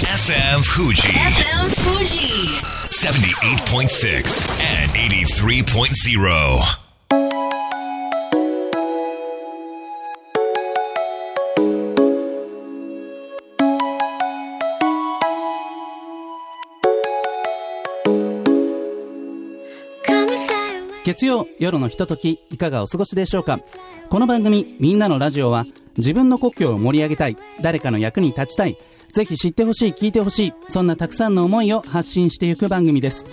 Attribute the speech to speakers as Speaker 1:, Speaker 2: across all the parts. Speaker 1: FM Fuji
Speaker 2: FM Fuji.
Speaker 1: 78.6 and 83.0.
Speaker 3: 月曜夜のひとときいかがお過ごしでしょうかこの番組「みんなのラジオは」自分の故郷を盛り上げたい誰かの役に立ちたいぜひ知ってほしい聞いてほしいそんなたくさんの思いを発信していく番組です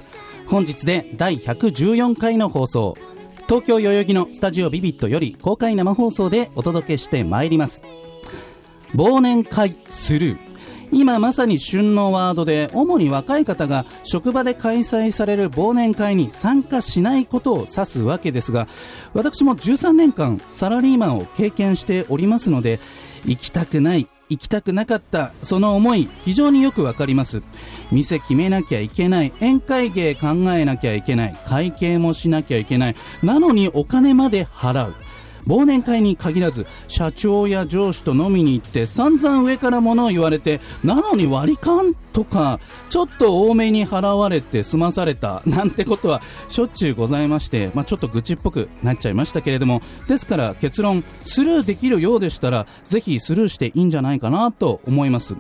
Speaker 3: 本日で第114回の放送東京代々木のスタジオビビットより公開生放送でお届けしてまいります忘年会スルー今まさに旬のワードで主に若い方が職場で開催される忘年会に参加しないことを指すわけですが私も13年間サラリーマンを経験しておりますので行きたくない行きたくなかったその思い非常によくわかります店決めなきゃいけない宴会芸考えなきゃいけない会計もしなきゃいけないなのにお金まで払う忘年会に限らず社長や上司と飲みに行って散々上から物を言われてなのに割り勘とかちょっと多めに払われて済まされたなんてことはしょっちゅうございまして、まあ、ちょっと愚痴っぽくなっちゃいましたけれどもですから結論スルーできるようでしたらぜひスルーしていいんじゃないかなと思います。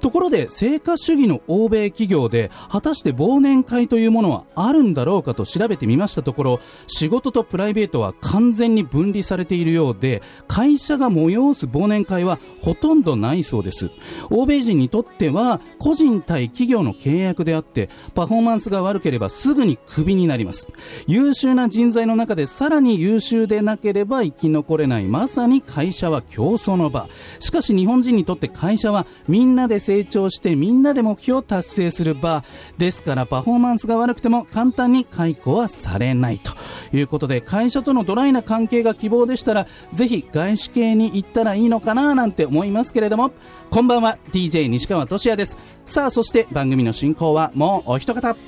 Speaker 3: ところで成果主義の欧米企業で果たして忘年会というものはあるんだろうかと調べてみましたところ仕事とプライベートは完全に分離されているようで会社が催す忘年会はほとんどないそうです欧米人にとっては個人対企業の契約であってパフォーマンスが悪ければすぐにクビになります優秀な人材の中でさらに優秀でなければ生き残れないまさに会社は競争の場しかし日本人にとって会社はみんなで成長してみんなで目標を達成する場ですからパフォーマンスが悪くても簡単に解雇はされないということで会社とのドライな関係が希望でしたらぜひ外資系に行ったらいいのかななんて思いますけれどもこんばんは DJ 西川俊也ですさあそして番組の進行はもうお一方
Speaker 4: ど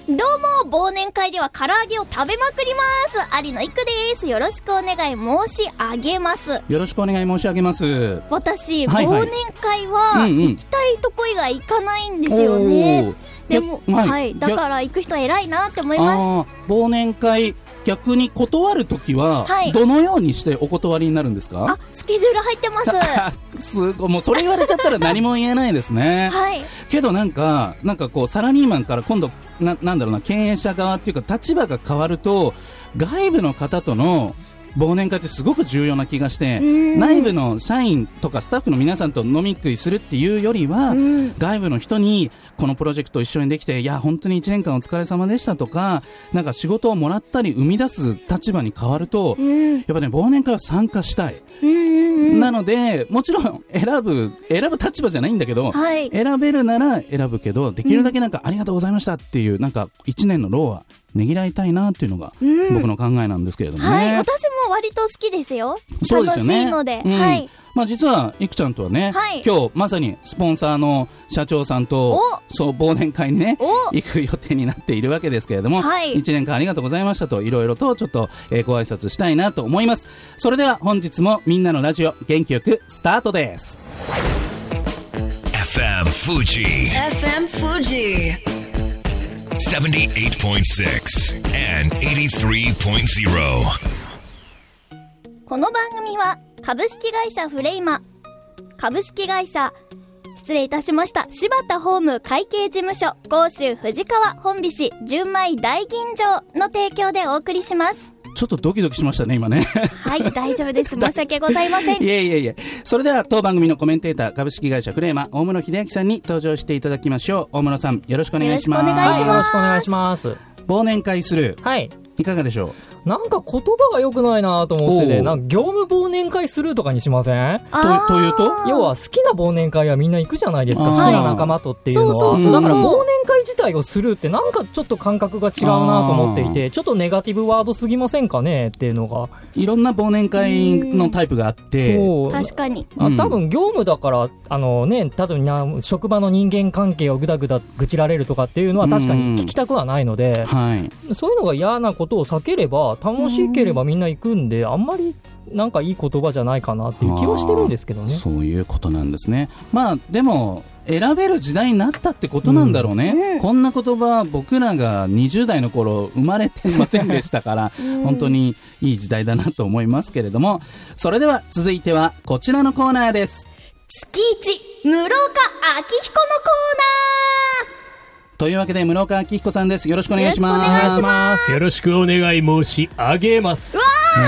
Speaker 4: うも、忘年会では唐揚げを食べまくります。有野いくです。よろしくお願い申し上げます。
Speaker 3: よろしくお願い申し上げます
Speaker 4: 私、
Speaker 3: はいは
Speaker 4: 忘
Speaker 3: い
Speaker 4: 年会は、
Speaker 3: うんうん
Speaker 4: 行きたいとこ以外行かないんですよね。
Speaker 3: おー
Speaker 4: でも、
Speaker 3: いや
Speaker 4: は、
Speaker 3: はいい
Speaker 4: だから行く人偉いなって思いま
Speaker 3: あー忘年会逆に断るときは、
Speaker 4: はい
Speaker 3: どのようにしてお断りになるんです
Speaker 4: す。あ
Speaker 3: か、
Speaker 4: スケジュール入って ます。は
Speaker 3: すごいもうそれ言われちゃったら何も言えないですね
Speaker 4: い。
Speaker 3: けどなんかなんかこうサラリーマンから今度ななんだろうな経営者側っていうか立場が変わると外部の方との忘年会ってすごく重要な気がして
Speaker 4: うん
Speaker 3: 内部の社員とかスタッフの皆さんと飲み食いするっていうよりは
Speaker 4: うん
Speaker 3: 外部の人にこのプロジェクト一緒にできていや本当に1年間お疲れ様でしたとかなんか仕事をもらったり生み出す立場に変わると
Speaker 4: うん。うん
Speaker 3: やっぱね忘年会は参加したい
Speaker 4: うんうん。
Speaker 3: なので、もちろん選ぶ、選ぶ立場じゃないんだけど、
Speaker 4: はい。
Speaker 3: 選べるなら選ぶけど、できるだけなんかありがとうございましたっていう、なんか一年の労はねぎらいたいなっていうのが
Speaker 4: うん
Speaker 3: 僕の考えなんですけれどもね。
Speaker 4: はい。私も割と好きですよ。
Speaker 3: そうですよね。
Speaker 4: 楽しいので。
Speaker 3: うん
Speaker 4: はい。
Speaker 3: まあ実は、いくちゃんとはね、
Speaker 4: はい
Speaker 3: 今日まさにスポンサーの社長さんと
Speaker 4: お、
Speaker 3: そう、忘年会にね、
Speaker 4: お
Speaker 3: 行く予定になっているわけですけれども、
Speaker 4: はい
Speaker 3: 1年間ありがとうございましたといろいろとちょっと、えーご挨拶したいなと思いますそれでは本日もみんなのラジオ元気よくスタートです
Speaker 1: FM Fuji
Speaker 2: FM Fuji.
Speaker 1: 78.6 and 83.0.
Speaker 4: この番組は株式会社フレイマ株式会社失礼いたしました柴田法務会計事務所甲州藤川本美市純米大吟醸の提供でお送りします
Speaker 3: ちょっとドキドキしましたね今ね
Speaker 4: はい大丈夫です申し訳ございませ
Speaker 3: い
Speaker 4: ん
Speaker 3: えいえいえそれでは当番組のコメンテーター株式会社フレーマ大室秀明さんに登場していただきましょう大室さんよろしくお願いします
Speaker 4: よろしくお願い
Speaker 5: は
Speaker 4: し
Speaker 5: い、
Speaker 4: ます
Speaker 5: よろしくお願いします。
Speaker 3: 忘年会する
Speaker 5: はい。
Speaker 3: いかがでしょ
Speaker 5: なんか言葉が良くないなと思って
Speaker 3: お
Speaker 5: て、
Speaker 3: う
Speaker 5: なんか業務忘年会するとかにしません
Speaker 3: うとというと
Speaker 5: 要は好きな忘年会はみんな行くじゃないですか、
Speaker 3: あー
Speaker 5: 好きな仲間とっていうの
Speaker 4: そう
Speaker 5: は。
Speaker 3: そうそうそう
Speaker 5: だから忘年会自体をするってなんかちょっと感覚が違うなと思っていて、ちょっとネガティブワードすぎませんかねっていうのが。
Speaker 3: いろんな忘年会のタイプがあって
Speaker 5: そう
Speaker 4: 確かに
Speaker 5: あ
Speaker 3: うん
Speaker 5: 多分業務だから、あのね、多分な職場の人間関係をぐだぐだ愚痴られるとかっていうのは確かに聞きたくはないので、
Speaker 3: はい
Speaker 5: そういうのが嫌なことを避ければ楽しければみんな行くんであんまりなんかいい言葉じゃないかなっていう気はしてるんですけどね。
Speaker 3: そういうことなんですね。まあでも選べる時代になったってことなんだろうね、
Speaker 4: うんうん
Speaker 3: こんな言葉僕らが20代の頃生まれてませんでしたから 本当にいい時代だなと思いますけれどもそれでは続いてはこちらのコーナーです
Speaker 4: 月一、室岡明彦のコ
Speaker 3: というわけで室岡明彦さんですよろしくお願いします
Speaker 4: よろしくお願いし
Speaker 6: よろしくお願い申し上げます。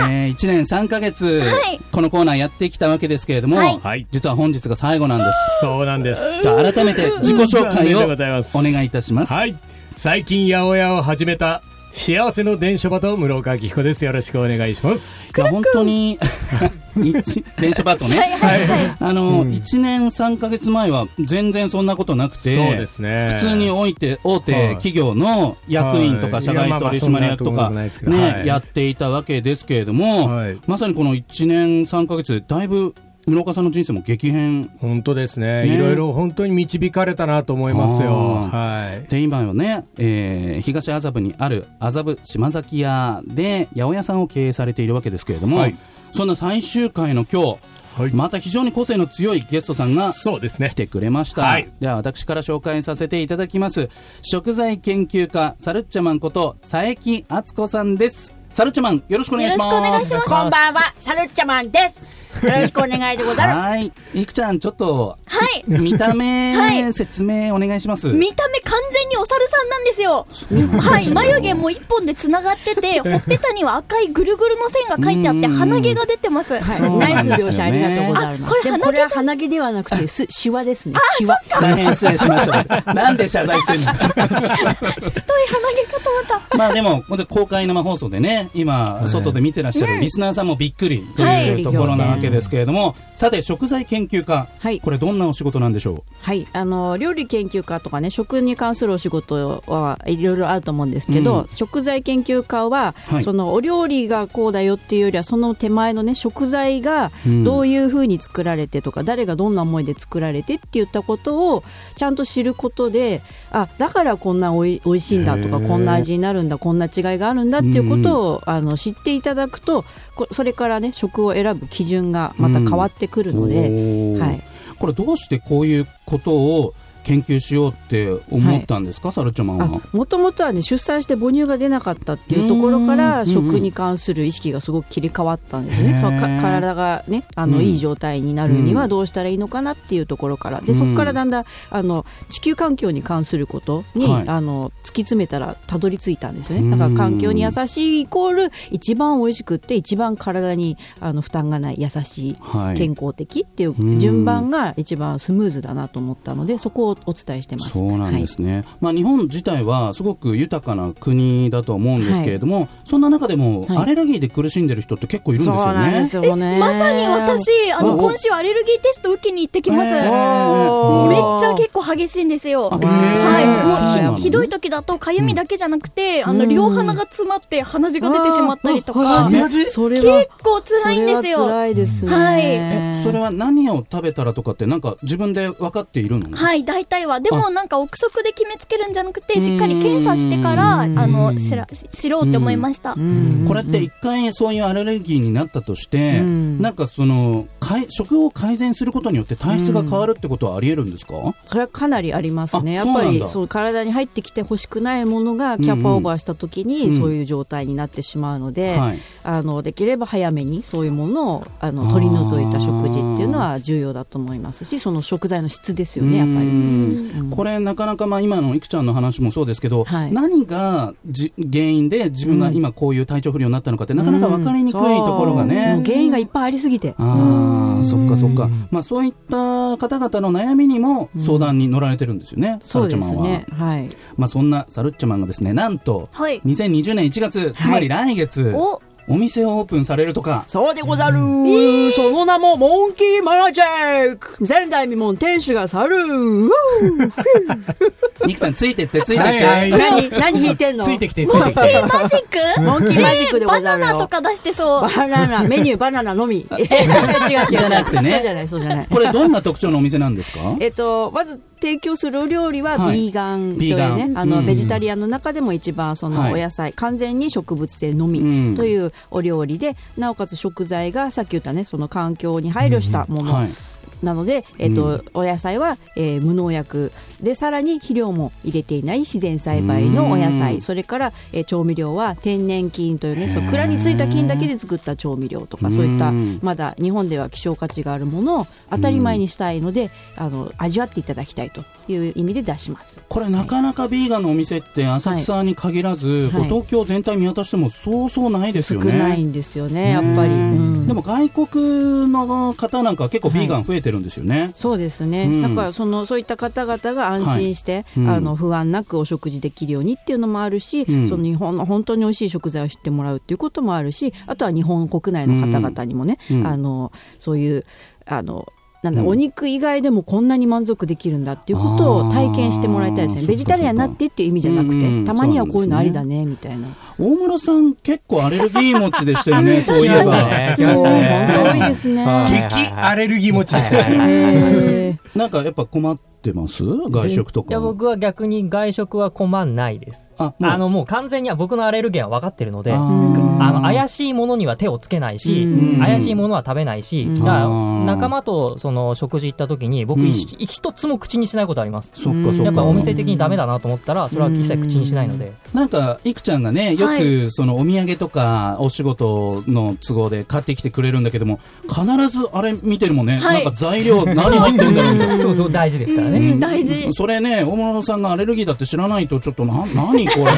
Speaker 3: え1年3ヶ月、
Speaker 4: はい
Speaker 3: このコーナーやってきたわけですけれども、
Speaker 4: はい
Speaker 6: はい
Speaker 3: 実は本日が最後なんです
Speaker 6: そうなんです。
Speaker 3: さあ改めて自己紹介を
Speaker 6: 残念でございます
Speaker 3: お願いいたします
Speaker 6: はい。最近八百屋を始めた幸せの伝書バト室岡明彦です。よろしくお願いします。
Speaker 3: いや本当に 一電車バートね、あの、一1年3か月前は全然そんなことなくて
Speaker 6: そうですね
Speaker 3: 普通に大手大
Speaker 6: はい
Speaker 3: 手企業の役員とか
Speaker 6: はい
Speaker 3: 社外
Speaker 6: いやまあまあ
Speaker 3: 取締役と
Speaker 6: そんなこと
Speaker 3: か、
Speaker 6: もないですけど
Speaker 3: ね
Speaker 6: はい
Speaker 3: やっていたわけですけれども、
Speaker 6: はい
Speaker 3: まさにこの1年3か月でだいぶ室岡さんの人生も激変
Speaker 6: 本当ですね。
Speaker 3: ね
Speaker 6: いろいろ本当に導かれたなと思いますよ。
Speaker 3: あ
Speaker 6: はい。
Speaker 3: で今はね、えー東麻布にある麻布島崎屋で八百屋さんを経営されているわけですけれども、
Speaker 6: はい
Speaker 3: そんな最終回の今日、
Speaker 6: はい
Speaker 3: また非常に個性の強いゲストさんが
Speaker 6: そうですね
Speaker 3: 来。てくれました、
Speaker 6: はい
Speaker 3: では私から紹介させていただきます食材研究家サルッチャマンこと佐伯敦子さんですサルッチャマンよろしくお
Speaker 4: ーナー。
Speaker 3: 願い
Speaker 4: よろ
Speaker 3: し
Speaker 4: しくお願いしま
Speaker 3: ます
Speaker 4: す。
Speaker 7: こんばんは、サルッチャマンです。よろしくお願いでござる。
Speaker 3: はいいくちゃんちょっと
Speaker 4: はい。
Speaker 3: 見た目、
Speaker 4: はい
Speaker 3: 説明お願いします
Speaker 4: 見た目完全にお猿さんなんですよ。はい。眉毛も一本で繋がってて、ほっぺたには赤いぐるぐるの線が書いてあって、
Speaker 3: うん
Speaker 4: 鼻毛が出てます。
Speaker 3: そう
Speaker 7: ナ
Speaker 3: な
Speaker 7: イ
Speaker 3: ん
Speaker 7: ス
Speaker 3: ですよね
Speaker 7: 描写ありがとうござい
Speaker 4: あ
Speaker 7: ま
Speaker 4: これ
Speaker 7: す。でもこれは鼻毛ではなくて、す、シワですね。シワ。
Speaker 3: 大変失礼しました なんで謝罪してんの
Speaker 4: 太い鼻毛かと思った。
Speaker 3: まあでも、本当に公開生放送でね、今、外で見てらっしゃるリスナーさんもびっくりと
Speaker 4: はいいう
Speaker 3: ところなわけですけれども、さて、食材研究家、
Speaker 7: はい
Speaker 3: これ、どんなお仕事なんでしょ
Speaker 7: はい、あの料理研究家とかね食に関するお仕事はいろいろあると思うんですけど、
Speaker 3: うん
Speaker 7: 食材研究家は、
Speaker 3: はい
Speaker 7: そのお料理がこうだよっていうよりはその手前のね食材が
Speaker 3: うん
Speaker 7: どういうふうに作られてとか、誰がどんな思いで作られてって言ったことをちゃんと知ることであだからこんなおいおいしいんだとか
Speaker 3: へえ
Speaker 7: こんな味になるんだこんな違いがあるんだっていうことを、あの知っていただくとこそれからね食を選ぶ基準がまた変わってく
Speaker 3: う
Speaker 7: るの
Speaker 3: お
Speaker 7: で、
Speaker 3: ー
Speaker 7: はい、
Speaker 3: これ、どうしてこういうことを研究しようって思ったんですか、サルチョマンは。
Speaker 7: もともとはね出産して母乳が出なかったっていうところか
Speaker 3: う
Speaker 7: ら
Speaker 3: ん
Speaker 7: 食に関する意識がすごく切り替わったんです
Speaker 3: へー
Speaker 7: ねそうか体がねあ
Speaker 3: う
Speaker 7: の
Speaker 3: ん
Speaker 7: いい状態になるに
Speaker 3: う
Speaker 7: は
Speaker 3: ん
Speaker 7: どうしたらいいのかなっていうところからで
Speaker 3: うん
Speaker 7: そこからだんだんあの地球環境に関することに、
Speaker 3: はい
Speaker 7: あの突き詰めたらたどり着いたんですよ
Speaker 3: うん
Speaker 7: ねだから環境に優しいイコール一番美味しくって一番体にあの負担がない優しい
Speaker 3: はい
Speaker 7: 健康的ってい
Speaker 3: うん
Speaker 7: う順番が一番スムーズだなと思ったのでそこをお伝えしてます。
Speaker 3: そうなん
Speaker 7: はい
Speaker 3: ですね、まあ、日本自体はすごく豊かな国だと思うんですけれども、そんな中でも
Speaker 7: はい
Speaker 3: アレルギーで苦しんでる人って結構いるんですよね。
Speaker 7: そうなんですよね。
Speaker 4: まさに私、あの、
Speaker 3: お
Speaker 4: 今週アレルギーテスト受けに行ってきます。
Speaker 3: え
Speaker 4: めっ
Speaker 3: ー
Speaker 4: ち
Speaker 3: お
Speaker 4: ゃ結構激しいんですよ。は
Speaker 3: あ
Speaker 4: い、
Speaker 3: へー
Speaker 4: もうひひどい時だとかゆみだけじゃなくて、あの両鼻が詰まって鼻血が出てしまったりとか、
Speaker 3: ね
Speaker 7: それは
Speaker 4: 結構辛いんです
Speaker 7: それは
Speaker 4: よ。
Speaker 7: 辛いですね。
Speaker 4: はい
Speaker 3: えそれは何を食べたらとかってなんか自分で分かっているの、
Speaker 4: はい、大体は。で
Speaker 3: あ
Speaker 4: もなんか憶測で決めつけるんじゃなくて、しっかり検査してから、あ
Speaker 7: うん
Speaker 4: の、知ら、し知ろうって思いました
Speaker 7: う。ん
Speaker 3: これって一回そういうアレルギーになったとして、
Speaker 7: うん
Speaker 3: なんかそのかい食を改善することによって体質が変わるってことはありえるんですか、
Speaker 7: それはかなりありますね。
Speaker 3: あ
Speaker 7: や
Speaker 3: そう
Speaker 7: っ
Speaker 3: なん
Speaker 7: ぱ
Speaker 3: だ
Speaker 7: りそう体に入ってきてほしくないものがキャパオーバーした時
Speaker 3: うんうん
Speaker 7: にそういう状態になってしまうので、
Speaker 3: はい、
Speaker 7: あのできれば早めにそういうものをあの取り除いた食事っていうのは重要だと思いますし、その食材の質ですよねやっ
Speaker 3: う
Speaker 7: ぱり。
Speaker 3: んこれなかなかまあ今のいくちゃんの話もそうですけど、
Speaker 7: はい
Speaker 3: 何がじ原因で自分が今こういう体調不良になったのかってなかなか分かりにくいところがね、
Speaker 7: そうもう原因がいっぱいありすぎて。
Speaker 3: ああ、そっかそっか。まあそういった方々の悩みにも相談に乗られてるんですよね、サ
Speaker 7: そ
Speaker 3: ル
Speaker 7: う
Speaker 3: チ
Speaker 7: で
Speaker 3: ャマ
Speaker 7: す
Speaker 3: ンは。
Speaker 7: ね。はい。
Speaker 3: まあそんなサルッチャマンがですね、なんと、
Speaker 4: はい。
Speaker 3: 2020年1月、つまり来月、
Speaker 4: お、
Speaker 3: お店をオープンされるとか、
Speaker 7: そうでござる、その名もモンキーマラジェック前代未聞店主が去るうぅ
Speaker 3: ミクちゃんついてってついてって。
Speaker 6: はいはい
Speaker 7: 何何弾いてんの
Speaker 6: ついてきてついてきて。
Speaker 4: マジック
Speaker 7: モンキーマジックでご
Speaker 4: バナ
Speaker 7: ざるよ
Speaker 4: ナとか出してそう。
Speaker 7: バナナメニューバナナの み違う違う違う
Speaker 3: じゃなくてね
Speaker 7: そうじゃないそうじゃない
Speaker 3: これどんな特徴のお店なんですか
Speaker 7: えっと、まず提供するお料理は
Speaker 3: はい
Speaker 7: ビーガンと
Speaker 3: ビ
Speaker 7: い
Speaker 3: ーガン
Speaker 7: うね、あ
Speaker 3: う
Speaker 7: の
Speaker 3: ん
Speaker 7: ベジタリアンの中でも一番そ
Speaker 3: は
Speaker 7: の
Speaker 3: い
Speaker 7: お野菜、完全に植物性の
Speaker 3: うん
Speaker 7: みというお料理でなおかつ食材がさっき言ったねその環境に配慮したもの、
Speaker 3: はい。
Speaker 7: なので、えっとお野菜は、えー無農薬でさらに肥料も入れていない自然栽培のお野
Speaker 3: うん
Speaker 7: 菜それから、えー調味料は天然菌というねそう蔵についた菌だけで作った調味料とかそういった
Speaker 3: うん
Speaker 7: まだ日本では希少価値があるものを当たり前にしたいのであの味わっていただきたいという意味で出します。
Speaker 3: これなかなかビーガンのお店って浅草に限らず、
Speaker 7: い
Speaker 3: こう東京全体見渡してもそうそうないです
Speaker 7: 少
Speaker 3: よね。
Speaker 7: ないんですよねやっぱり。
Speaker 3: ね
Speaker 7: うん
Speaker 3: でも外国の方なんかは結構ビーガン増えてるんですよね。
Speaker 7: そうですね、
Speaker 3: うん
Speaker 7: だからそのそういった方々が安心して、
Speaker 3: はいうん
Speaker 7: あの不安なくお食事できるようにっていうのもあるし、
Speaker 3: うん
Speaker 7: その日本の本当に美味しい食材を知ってもらうっていうこともあるしあとは日本国内の方々にもね、
Speaker 3: うん
Speaker 7: あのそういうあのなんだ
Speaker 3: うん
Speaker 7: お肉以外でもこんなに満足できるんだっていうことを体験してもらいたいです
Speaker 3: あ
Speaker 7: ね
Speaker 3: ー
Speaker 7: ベジタリアンになってっていう意味じゃなくて、
Speaker 3: うんうん
Speaker 7: たまにはこういうのありだ
Speaker 3: そう
Speaker 7: ねみたいな。
Speaker 3: 大室さん結構アレルギー持ちでしたよね。そうい
Speaker 5: 来
Speaker 3: え
Speaker 5: ました
Speaker 3: ば。
Speaker 5: ね来ましたね
Speaker 7: もう本当多いですね
Speaker 5: はいはいはい
Speaker 6: 激アレルギー持ちでし
Speaker 5: はいはい
Speaker 6: た。
Speaker 5: はい
Speaker 7: え
Speaker 3: なんかやっぱ困ってます外食と
Speaker 5: いや
Speaker 3: か。
Speaker 5: 僕は逆に外食は困んないです
Speaker 3: あ
Speaker 5: あのもう完全には僕のアレルゲンは分かってるのであの怪しいものには手をつけないし、
Speaker 7: うん
Speaker 5: 怪しいものは食べないし、
Speaker 7: うん
Speaker 5: だから
Speaker 3: あー
Speaker 5: 仲間とその食事行った時に僕
Speaker 3: うん
Speaker 5: 一,、一つも口にしないことあります
Speaker 3: そっかそ
Speaker 5: や
Speaker 3: っ
Speaker 5: っ
Speaker 3: か
Speaker 5: ぱお店的にダメだなと思ったらそれは一切口にしないので、
Speaker 3: なんかいくちゃんがねよ
Speaker 4: は
Speaker 3: く
Speaker 4: い
Speaker 3: そのお土産とかお仕事の都合で買ってきてくれるんだけども必ずあれ見てるもんね、
Speaker 4: はい
Speaker 3: なんか材料何入ってるんだろうみたいな
Speaker 5: そうそう大事ですからね、
Speaker 4: うん大事
Speaker 3: それね大物さんがアレルギーだって知らないとちょっとな何これ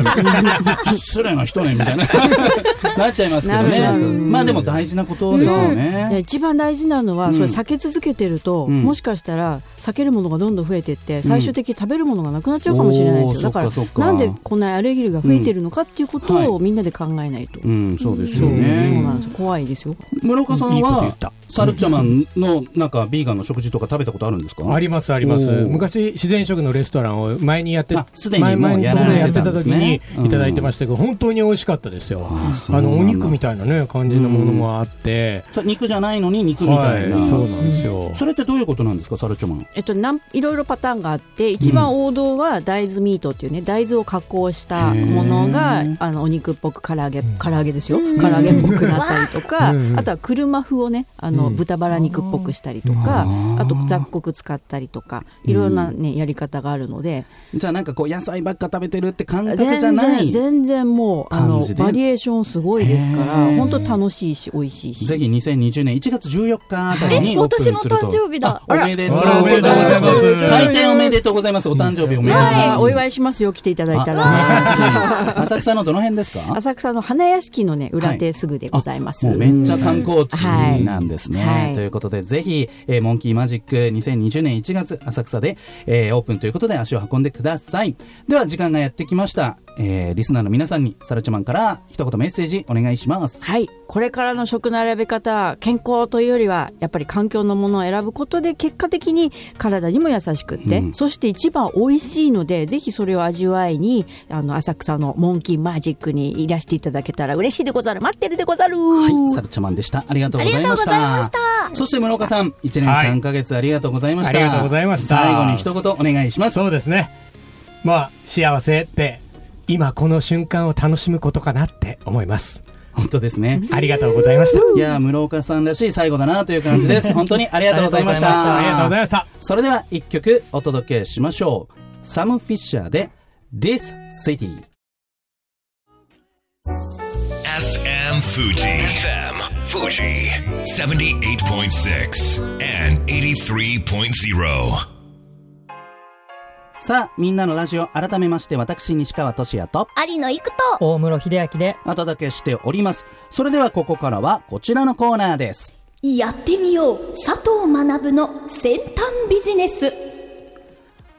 Speaker 3: 失礼な人ねみたいな なっちゃいますけどね
Speaker 7: なるほど
Speaker 3: まあでも大事なことですよ
Speaker 7: で
Speaker 3: ね、
Speaker 7: 一番大事なのは、
Speaker 3: うん
Speaker 7: それ避け続けてると、
Speaker 3: うん
Speaker 7: もしかしたら避けるものがどんどん増えていって最終的に食べるものがなくなっちゃう
Speaker 3: お
Speaker 7: かもしれないで
Speaker 3: ーそ
Speaker 7: すよだ
Speaker 3: っ
Speaker 7: から
Speaker 3: そっか
Speaker 7: なんでこんなアレルギーが増えてるのかっていうこと
Speaker 3: うんは
Speaker 7: をみんなで考えないと、
Speaker 3: うんそうですよ
Speaker 7: そう
Speaker 3: ね
Speaker 7: なんです怖いですよ
Speaker 3: 室岡さん
Speaker 6: いいこと言
Speaker 3: は
Speaker 6: った
Speaker 3: サルチャマンのなんかビーガンの食事とか食べたことあるんですか
Speaker 6: ありますあります
Speaker 3: おー
Speaker 6: 昔自然食のレストランを前にやって
Speaker 3: あすでにもう
Speaker 6: 前々
Speaker 3: やられ
Speaker 6: 僕
Speaker 3: て
Speaker 6: ねやって
Speaker 3: た
Speaker 6: た
Speaker 3: んです
Speaker 6: 時
Speaker 3: ね
Speaker 6: にいただいてましたけど本当に美味しかったですよ
Speaker 3: あそう
Speaker 6: あ
Speaker 3: なん
Speaker 6: の
Speaker 3: だ
Speaker 6: お肉みたいなね感じのものもあって
Speaker 3: さ肉じゃないのに肉みた
Speaker 6: はいい
Speaker 3: な、
Speaker 6: そうなんですよ
Speaker 3: それってどういうことなんですかサルチョマン
Speaker 7: えっと、なんいろいろパターンがあって一番王道は大豆ミートっていうね大豆を加工したものが
Speaker 3: へー
Speaker 7: あのお肉っぽく唐揚げ唐揚げですよ
Speaker 4: うん
Speaker 7: 唐揚げっぽくなったりとか
Speaker 6: うん
Speaker 7: あとは車風をねあの
Speaker 6: うん
Speaker 7: 豚バラ肉っぽくしたりとか
Speaker 3: あー
Speaker 7: あと雑穀使ったりとかいろいろなねやり方があるので
Speaker 3: じゃあなんかこう野菜ばっか食べてるって感覚
Speaker 7: 全
Speaker 3: じゃな
Speaker 7: 然
Speaker 3: い
Speaker 7: 全然もうあ
Speaker 3: 感
Speaker 7: の
Speaker 3: じで
Speaker 7: バリエーションすごいですから
Speaker 3: へー
Speaker 7: 本当楽しいし美味しいし
Speaker 3: ぜひ2020年1月14日あたりに
Speaker 4: え
Speaker 3: オープンす
Speaker 4: 私
Speaker 3: る
Speaker 4: の
Speaker 3: と
Speaker 4: 誕生日だ
Speaker 3: あおめでとうご
Speaker 6: あらおめで
Speaker 3: ざいま
Speaker 6: とうございます
Speaker 3: す開店おめでとうございますお誕生日おめでとうござい
Speaker 7: あ
Speaker 3: ます
Speaker 7: お祝いしますよ来ていただいたら。
Speaker 3: あ素晴らしい浅草のどの辺ですか
Speaker 7: 浅草の花屋敷のね裏手すぐでございます。
Speaker 3: もうめっちゃ観光地
Speaker 7: はい
Speaker 3: なんですね。
Speaker 7: はい
Speaker 3: ということで、ぜひ、えーモンキーマジック2020年1月浅草で、えーオープンということで足を運んでください。では、時間がやってきました。えーリスナーの皆さんに、サルチャマンから一言メッセージお願いします。
Speaker 7: はい。これからの食の選び方、健康というよりは、やっぱり環境のものを選ぶことで、結果的に体にも優しくって、
Speaker 3: うん
Speaker 7: そして一番美味しいので、ぜひそれを味わいに、あの、浅草のモンキーマジックにいらしていただけたら嬉しいでござる。待ってるでござる。
Speaker 3: はい、サルチャマンでした。ありがとうござい
Speaker 4: ありが
Speaker 3: ました。
Speaker 4: とうございました
Speaker 3: そして、室岡さん、1年3ヶ月ありがとうございました。
Speaker 6: ありがとうございました
Speaker 3: 最後に一言お願いします。
Speaker 6: そうですねまあ幸せって今この瞬間を楽しむことかなって思います
Speaker 3: 本当ですね。
Speaker 6: ありがとうございました
Speaker 3: いやー、室岡さんらしい最後だなという感じ です。本当にありがとうございました。
Speaker 6: ありがとうございました
Speaker 3: それでは一曲お届けしましょう。サム・フィッシャーで This City。
Speaker 1: FM Fuji. FM Fuji. 78.6 and 83.0.
Speaker 3: さあ、みんなのラジオ改めまして私、西川俊也と
Speaker 4: 有野行くと
Speaker 5: 大室秀明で
Speaker 3: お届けしております。それではここからはこちらのコーナーです。
Speaker 4: やってみよう佐藤学の先端ビジネス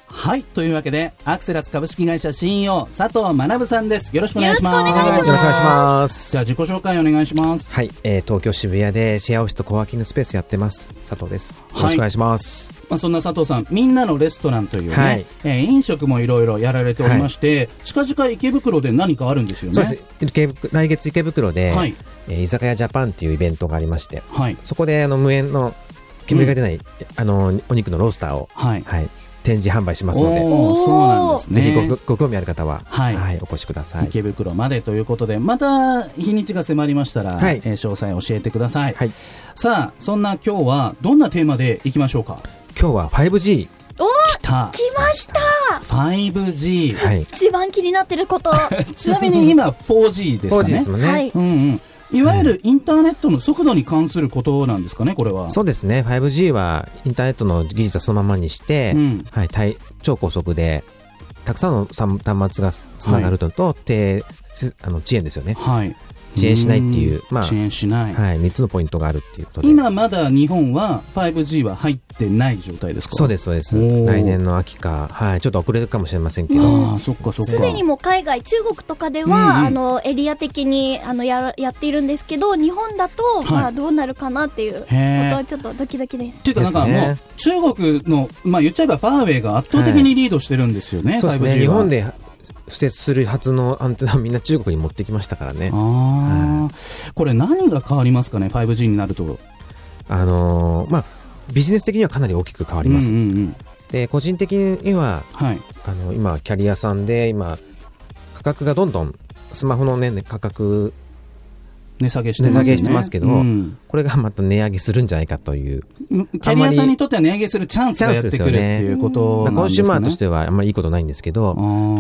Speaker 3: はい、というわけで、アクセラス株式会社 CEO 佐藤学さんです。よろしくお願いします。
Speaker 4: よろしくお願いします
Speaker 8: よろしくお願いします。
Speaker 3: じゃあ自己紹介お願いします。
Speaker 8: はい、えー、東京渋谷でシェアオフィスとコワーキングスペースやってます。佐藤です。
Speaker 3: い
Speaker 8: よろしくお願いします。
Speaker 3: まあ、そんな佐藤さん、みんなのレストランというね、
Speaker 8: はい
Speaker 3: えー飲食もいろいろやられておりまして、近々池袋で何かあるんですよね。
Speaker 8: そうです。池袋来月池袋で、
Speaker 3: はい
Speaker 8: えー居酒屋ジャパンっていうイベントがありまして、
Speaker 3: はい。
Speaker 8: そこであの無縁の煙が出ない、あのお肉のロースターを、
Speaker 3: はい。
Speaker 8: はい、展示販売しますので、
Speaker 3: おお、そうなんです
Speaker 8: ぜ
Speaker 3: ね。
Speaker 8: ひごごご興味ある方は、
Speaker 3: はい
Speaker 8: お越しください。
Speaker 3: 池袋までということで、また日にちが迫りましたら、
Speaker 8: はい
Speaker 3: えー詳細教えてください。
Speaker 8: はい、
Speaker 3: さあ、そんな今日はどんなテーマでいきましょうか。
Speaker 8: 今日は 5G、
Speaker 3: 来た。
Speaker 4: 来ました
Speaker 3: 5G。
Speaker 8: はい、
Speaker 4: 一番気になってる こと
Speaker 3: ちなみ に今 4G ですか
Speaker 8: 4G
Speaker 3: ね。
Speaker 8: ですもんね。
Speaker 4: はい
Speaker 3: うんうん。いわゆるインターネットの速度に関することなんですかね、これは。
Speaker 8: そうですね、5G はインターネットの技術はそのままにして、
Speaker 3: うん
Speaker 8: はい、対超高速で、たくさんの端端末がつながるのと、低つあの遅延ですよね。
Speaker 3: はい。
Speaker 8: 遅延しないっていう
Speaker 3: うん
Speaker 8: まあ
Speaker 3: 遅延しない。
Speaker 8: はい、3つのポイントがあるっていうことで。
Speaker 3: 今まだ日本は 5G は入ってない状態ですか。
Speaker 8: そうですす、そうです。
Speaker 3: おー
Speaker 8: 来年の秋か、はい、ちょっと遅れるかもしれませんけど、
Speaker 3: ああ、そっかそっか。
Speaker 4: すでにもう海外中国とかでは、
Speaker 3: うんうん
Speaker 4: あのエリア的にあのやらやっているんですけど日本だと、
Speaker 3: い
Speaker 4: まあ、どうなるかなっていうこ
Speaker 3: へー
Speaker 4: とはちょっとドキドキです
Speaker 3: っていうかなんかもう、
Speaker 8: ですね
Speaker 3: 中国の、まあ、言っちゃえばファーウェイが圧倒的にリードしてるんですよね、
Speaker 8: そうです
Speaker 3: 5G は
Speaker 8: ね、日本で敷設するはずのアンテナをみんな中国に持ってきましたからね
Speaker 3: あ。ーこれ何が変わりますかね 5G になると
Speaker 8: あのーまあ、ビジネス的にはかなり大きく変わりま
Speaker 3: う
Speaker 8: す。
Speaker 3: んうんうん
Speaker 8: で、個人的には、
Speaker 3: はい
Speaker 8: あの、今、キャリアさんで、今、価格がどんどん、スマホのね、価格、
Speaker 3: 値下げしてますよね
Speaker 8: 値下げしてますけど
Speaker 3: うん
Speaker 8: これがまた値上げするんじゃないかという。
Speaker 3: キャリアさんにとっては値上げするチャンスがやってくるっていうこと
Speaker 8: まあ
Speaker 3: なん
Speaker 8: コン
Speaker 3: です
Speaker 8: シ
Speaker 3: か、ね、
Speaker 8: ューマーとしてはあんまりいいことないんですけど、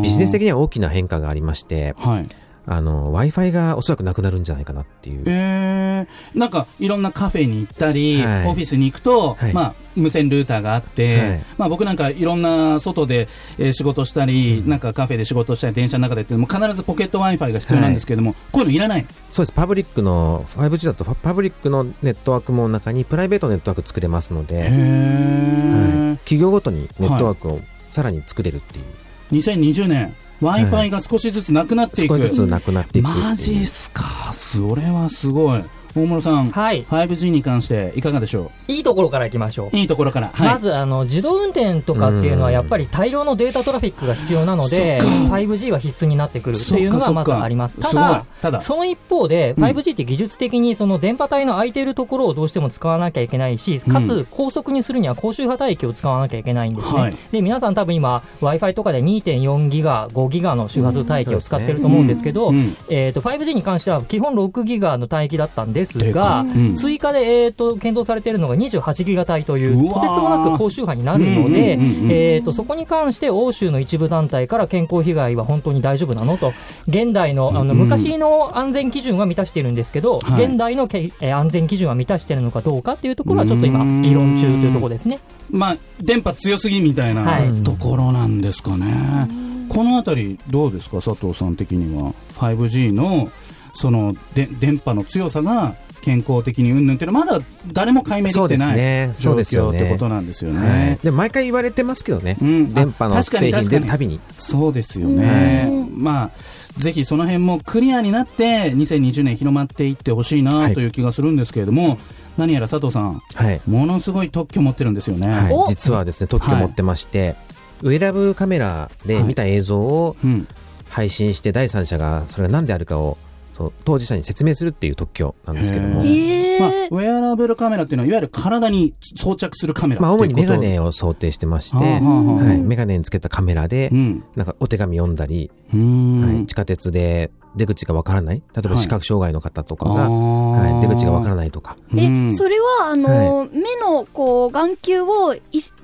Speaker 8: ビジネス的
Speaker 3: に
Speaker 8: には大きな変化がありまして、
Speaker 3: はい
Speaker 8: あの、Wi-Fi がおそらくなくなるんじゃないかなっていう。
Speaker 3: えー、なんかいろんなカフェに行ったり、
Speaker 8: はい
Speaker 3: オフィスに行くと、
Speaker 8: はい
Speaker 3: まあ、無線ルーターがあって、
Speaker 8: はい
Speaker 3: まあ、僕なんかいろんな外で、えー仕事したり、なんかカフェで仕事したり電車の中でっていうのも必ずポケット w i f i が必要なんですけども、こういうのいらない
Speaker 8: そうです。パブリックの、5G だとパパブリックのネットワークも中にプライベートのネットワーク作れますので、はい
Speaker 3: へ
Speaker 8: 企業ごとにネットワークをさらに作れるっていう。
Speaker 3: え2020年 w i f i が少しずつなくなっていく、
Speaker 8: 少しずつなくなっていくっていう
Speaker 3: マジっすかそれはすごい大室さん、
Speaker 5: はい
Speaker 3: 5G に関していかがでしょ
Speaker 5: いいところからいきましょう
Speaker 3: ういいところから、はい、
Speaker 5: まずあの自動運転とかっていうの
Speaker 8: う
Speaker 5: は
Speaker 8: ん
Speaker 5: やっぱり大量のデータトラフィックが必要なので 5G は必須になってくるっていう
Speaker 3: そっ
Speaker 5: のが
Speaker 3: かそ
Speaker 5: ま
Speaker 3: っ
Speaker 5: ず
Speaker 3: か
Speaker 5: ありますた
Speaker 3: すごい
Speaker 5: だ
Speaker 3: ただ
Speaker 5: その一方で
Speaker 3: うん
Speaker 5: 5G って技術的にその電波帯の空いているところをどうしても使わなきゃいけないしか
Speaker 3: う
Speaker 5: つ高速にするには高周波帯域を使わなきゃいけないんですね、
Speaker 3: はい
Speaker 5: で皆さん多分今 w i f i とかで2.4ギガ5ギガの周波数帯域を使ってると思うんですけど、
Speaker 3: うん
Speaker 5: えー、と 5G に関しては基本6ギガの帯域だったんです
Speaker 3: で
Speaker 5: が
Speaker 3: か、うん
Speaker 5: 追加で、えー、と検討されているのが28ギガ帯という
Speaker 3: うわー
Speaker 5: とてつもなく高周波になるので、
Speaker 3: うんうんうんうん
Speaker 5: えー、とそこに関して欧州の一部団体から健康被害は本当に大丈夫なのと現代のあの
Speaker 3: うん
Speaker 5: 昔の安全基準は満たしているんですけど、
Speaker 3: はい
Speaker 5: 現代のけ、えー安全基準は満たしているのかどうかっていうところはちょっと今議論中というところですね。
Speaker 3: まあ、電波強すぎみたいな
Speaker 5: はい
Speaker 3: ところなんですかね。このあたり、どうですか、佐藤さん的には。5G のそので電波の強さが健康的にうんぬんっていうのは、まだ誰も解明でき
Speaker 8: そう
Speaker 3: て
Speaker 8: です
Speaker 3: ない
Speaker 8: ね。
Speaker 3: 状
Speaker 8: そうです
Speaker 3: 況
Speaker 8: よ
Speaker 3: ってこ
Speaker 8: ね
Speaker 3: と。なんですよ
Speaker 8: はい
Speaker 3: ね。
Speaker 8: で毎回言われてますけどね、
Speaker 3: うん
Speaker 8: 電波
Speaker 3: あ
Speaker 8: の
Speaker 3: 確かに
Speaker 8: 製品出
Speaker 3: 確か
Speaker 8: る
Speaker 3: に
Speaker 8: たびに
Speaker 3: そうですよね。まあぜひその辺もクリアになって2020年広まっていってほしいなという気がするんですけれども、何やら佐藤さん
Speaker 8: はい、
Speaker 3: ものすごい特許持ってるんですよね。
Speaker 8: はい
Speaker 4: お
Speaker 8: 実はですね特許持ってまして、ウェアラブルカメラで見た映像を
Speaker 3: うん、
Speaker 8: 配信して第三者がそれが何であるかをそう当事者に説明するっていう特許なんですけども
Speaker 3: へ、
Speaker 4: え
Speaker 3: まあ、ウ
Speaker 4: ー
Speaker 3: ェアラブルカメラっていうのはいわゆる体に装着するカメラ
Speaker 8: まあ、主に
Speaker 3: ってい
Speaker 8: メ
Speaker 3: うこ
Speaker 8: ガ
Speaker 3: と
Speaker 8: ネを想定してまして、
Speaker 3: あーはあはあ
Speaker 8: はい、メガネにつけたカメラで、
Speaker 3: うん
Speaker 8: なんかお手紙読んだり、
Speaker 3: うーん
Speaker 8: はい、地下鉄で出口がわからない例え
Speaker 3: は
Speaker 8: ば
Speaker 3: い
Speaker 8: 視覚障害の方とかが、
Speaker 3: あー
Speaker 8: はい、出口がわからないとか
Speaker 3: う
Speaker 4: え
Speaker 3: ん
Speaker 4: それはあの、目のこう眼球をい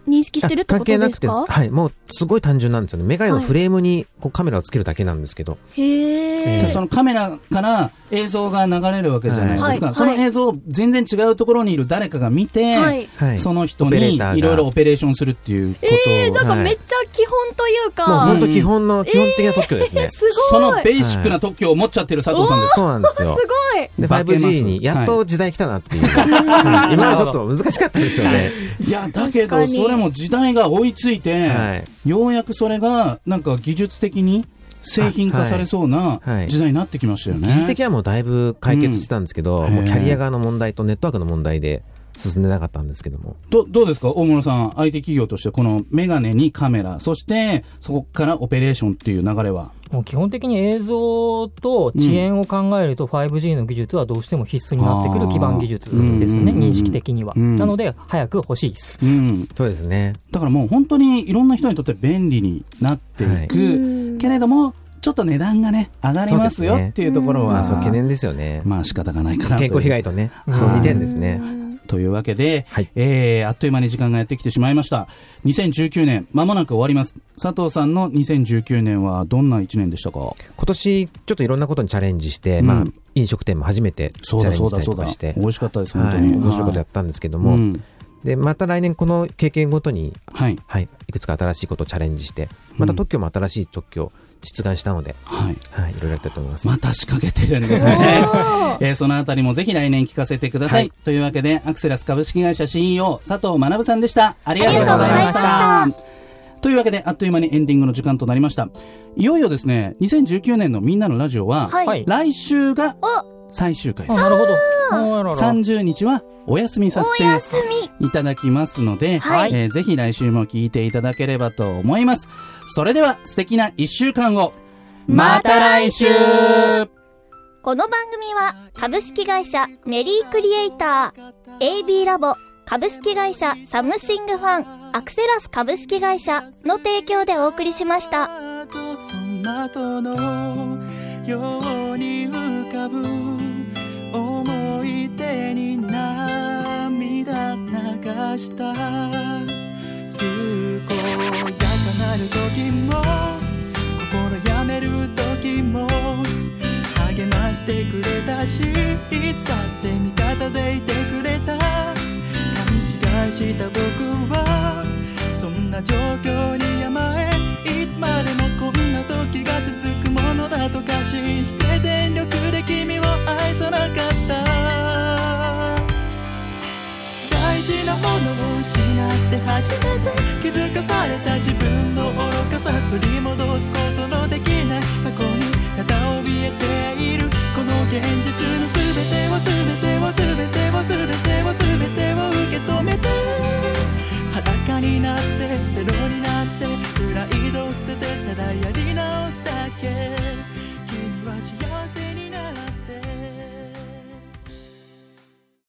Speaker 4: 認識してるって
Speaker 8: あ
Speaker 4: こ
Speaker 8: 関
Speaker 4: とで
Speaker 8: 係
Speaker 4: すか
Speaker 8: なくて、はい、もうすごい単純なんですよねメガネのフレームにこうカメラをつけるだけなんですけど、
Speaker 4: へ
Speaker 3: じゃあ
Speaker 4: え
Speaker 3: そのカメラから映像が流れるわけじゃないですか、
Speaker 4: はい
Speaker 3: その映像を全然違うところにいる誰かが見て、
Speaker 4: はい
Speaker 8: はい、
Speaker 3: その人
Speaker 8: オペレ
Speaker 3: にい
Speaker 8: ーターが
Speaker 3: ろいろオペレーションするっていうことを、
Speaker 4: えー、なんか
Speaker 8: はい
Speaker 4: めっちゃ基本という
Speaker 8: もう
Speaker 4: か、
Speaker 8: 本当基本の、基本的な特許ですね。
Speaker 4: すご
Speaker 3: そ
Speaker 4: い
Speaker 3: のベーシックな特許を持っちゃってる佐藤さんです。
Speaker 8: そうなんですよ。
Speaker 4: すごい
Speaker 8: で、
Speaker 3: 化けます
Speaker 8: 5G にやっと時代来たなっていう。 はい今はちょっと難しかったですよね。
Speaker 3: いやだけ
Speaker 4: 確か
Speaker 3: ど
Speaker 4: に
Speaker 3: それも時代が追いついて、
Speaker 8: はい
Speaker 3: ようやくそれがなんか技術的に製品化されそうな
Speaker 8: あはいはい
Speaker 3: 時代になってきましたよね。
Speaker 8: 技術的にはもうだいぶ解決してたんですけど、
Speaker 3: うん
Speaker 8: もうキャリア側の問題とネットワークの問題で進んでなかったんですけども。
Speaker 3: どどうですか大室さん IT 企業としてこのメガネにカメラそしてそこからオペレーションっていう流れは
Speaker 5: もう基本的に映像と遅延を考えると 5G の技術はどうしても必須になってくる基盤技術ですよね、
Speaker 3: あーうん
Speaker 5: 認識的には。
Speaker 3: うん
Speaker 5: なので、早く欲しいです。
Speaker 3: うん、
Speaker 8: そうですね。
Speaker 3: だからもう本当にいろんな人にとって便利になっていく、
Speaker 4: うん
Speaker 3: けれどもちょっと値段がね上がりますよ
Speaker 8: そうですね
Speaker 3: っていうところは、
Speaker 8: まあ、そう懸念ですよね。
Speaker 3: まあ仕方がないかなという
Speaker 8: 健康被害とね、
Speaker 5: うん
Speaker 8: そう似てんですね。
Speaker 3: というわけで、
Speaker 8: はい
Speaker 3: えーあっという間に時間がやってきてしまいました2019年まもなく終わります佐藤さんの2019年はどんな1年でしたか
Speaker 8: 今年、ちょっといろんなことにチャレンジして、
Speaker 3: うん
Speaker 8: まあ、飲食店も初めてチ
Speaker 3: そう
Speaker 8: ャ
Speaker 3: だ
Speaker 8: レンジ
Speaker 3: そう
Speaker 8: した
Speaker 3: だ
Speaker 8: り
Speaker 3: そ
Speaker 8: と
Speaker 3: うだ
Speaker 8: かして、
Speaker 3: 美味しかったです本
Speaker 8: は
Speaker 3: 当
Speaker 8: い、
Speaker 3: に、
Speaker 8: 面白いことや
Speaker 3: っ
Speaker 8: ったんですけど
Speaker 3: た
Speaker 8: も、
Speaker 3: うん、
Speaker 8: で、また来年この経験ごとに、
Speaker 3: はい
Speaker 8: はい、いくつか新しいことをチャレンジして、また特許も新しい特許を出願したので、
Speaker 3: はい
Speaker 8: はい、いろいろやったと思います。
Speaker 3: また仕掛けてるんですね。えーそのあたりもぜひ来年聞かせてください。
Speaker 8: はい
Speaker 3: というわけで、アクセラス株式会社 CEO 佐藤学さんでした。ありがとうございました。というわけで、あっという間にエンディングの時間となりました。いよいよですね、2019年のみんなのラジオは、
Speaker 4: はい
Speaker 5: はい
Speaker 3: 来週が
Speaker 4: お
Speaker 3: 最終回
Speaker 5: あ
Speaker 3: です。
Speaker 5: なるほどあららら。
Speaker 3: 30日はお休みさせ
Speaker 4: お休
Speaker 3: て
Speaker 4: み
Speaker 3: いただきますので、
Speaker 4: はい
Speaker 3: えーぜひ来週も聞いていただければと思います。それでは素敵な1週間を、また来週
Speaker 4: この番組は株式会社メリークリエイター AB ラボ株式会社サムシングファンアクセラス株式会社の提供でお送りしました。
Speaker 9: その後のように浮かぶ思い出に涙流した健やかなる時も心やめる時も励ましてくれたしいつだって味方でいてくれた勘違いした僕はそんな状況に甘え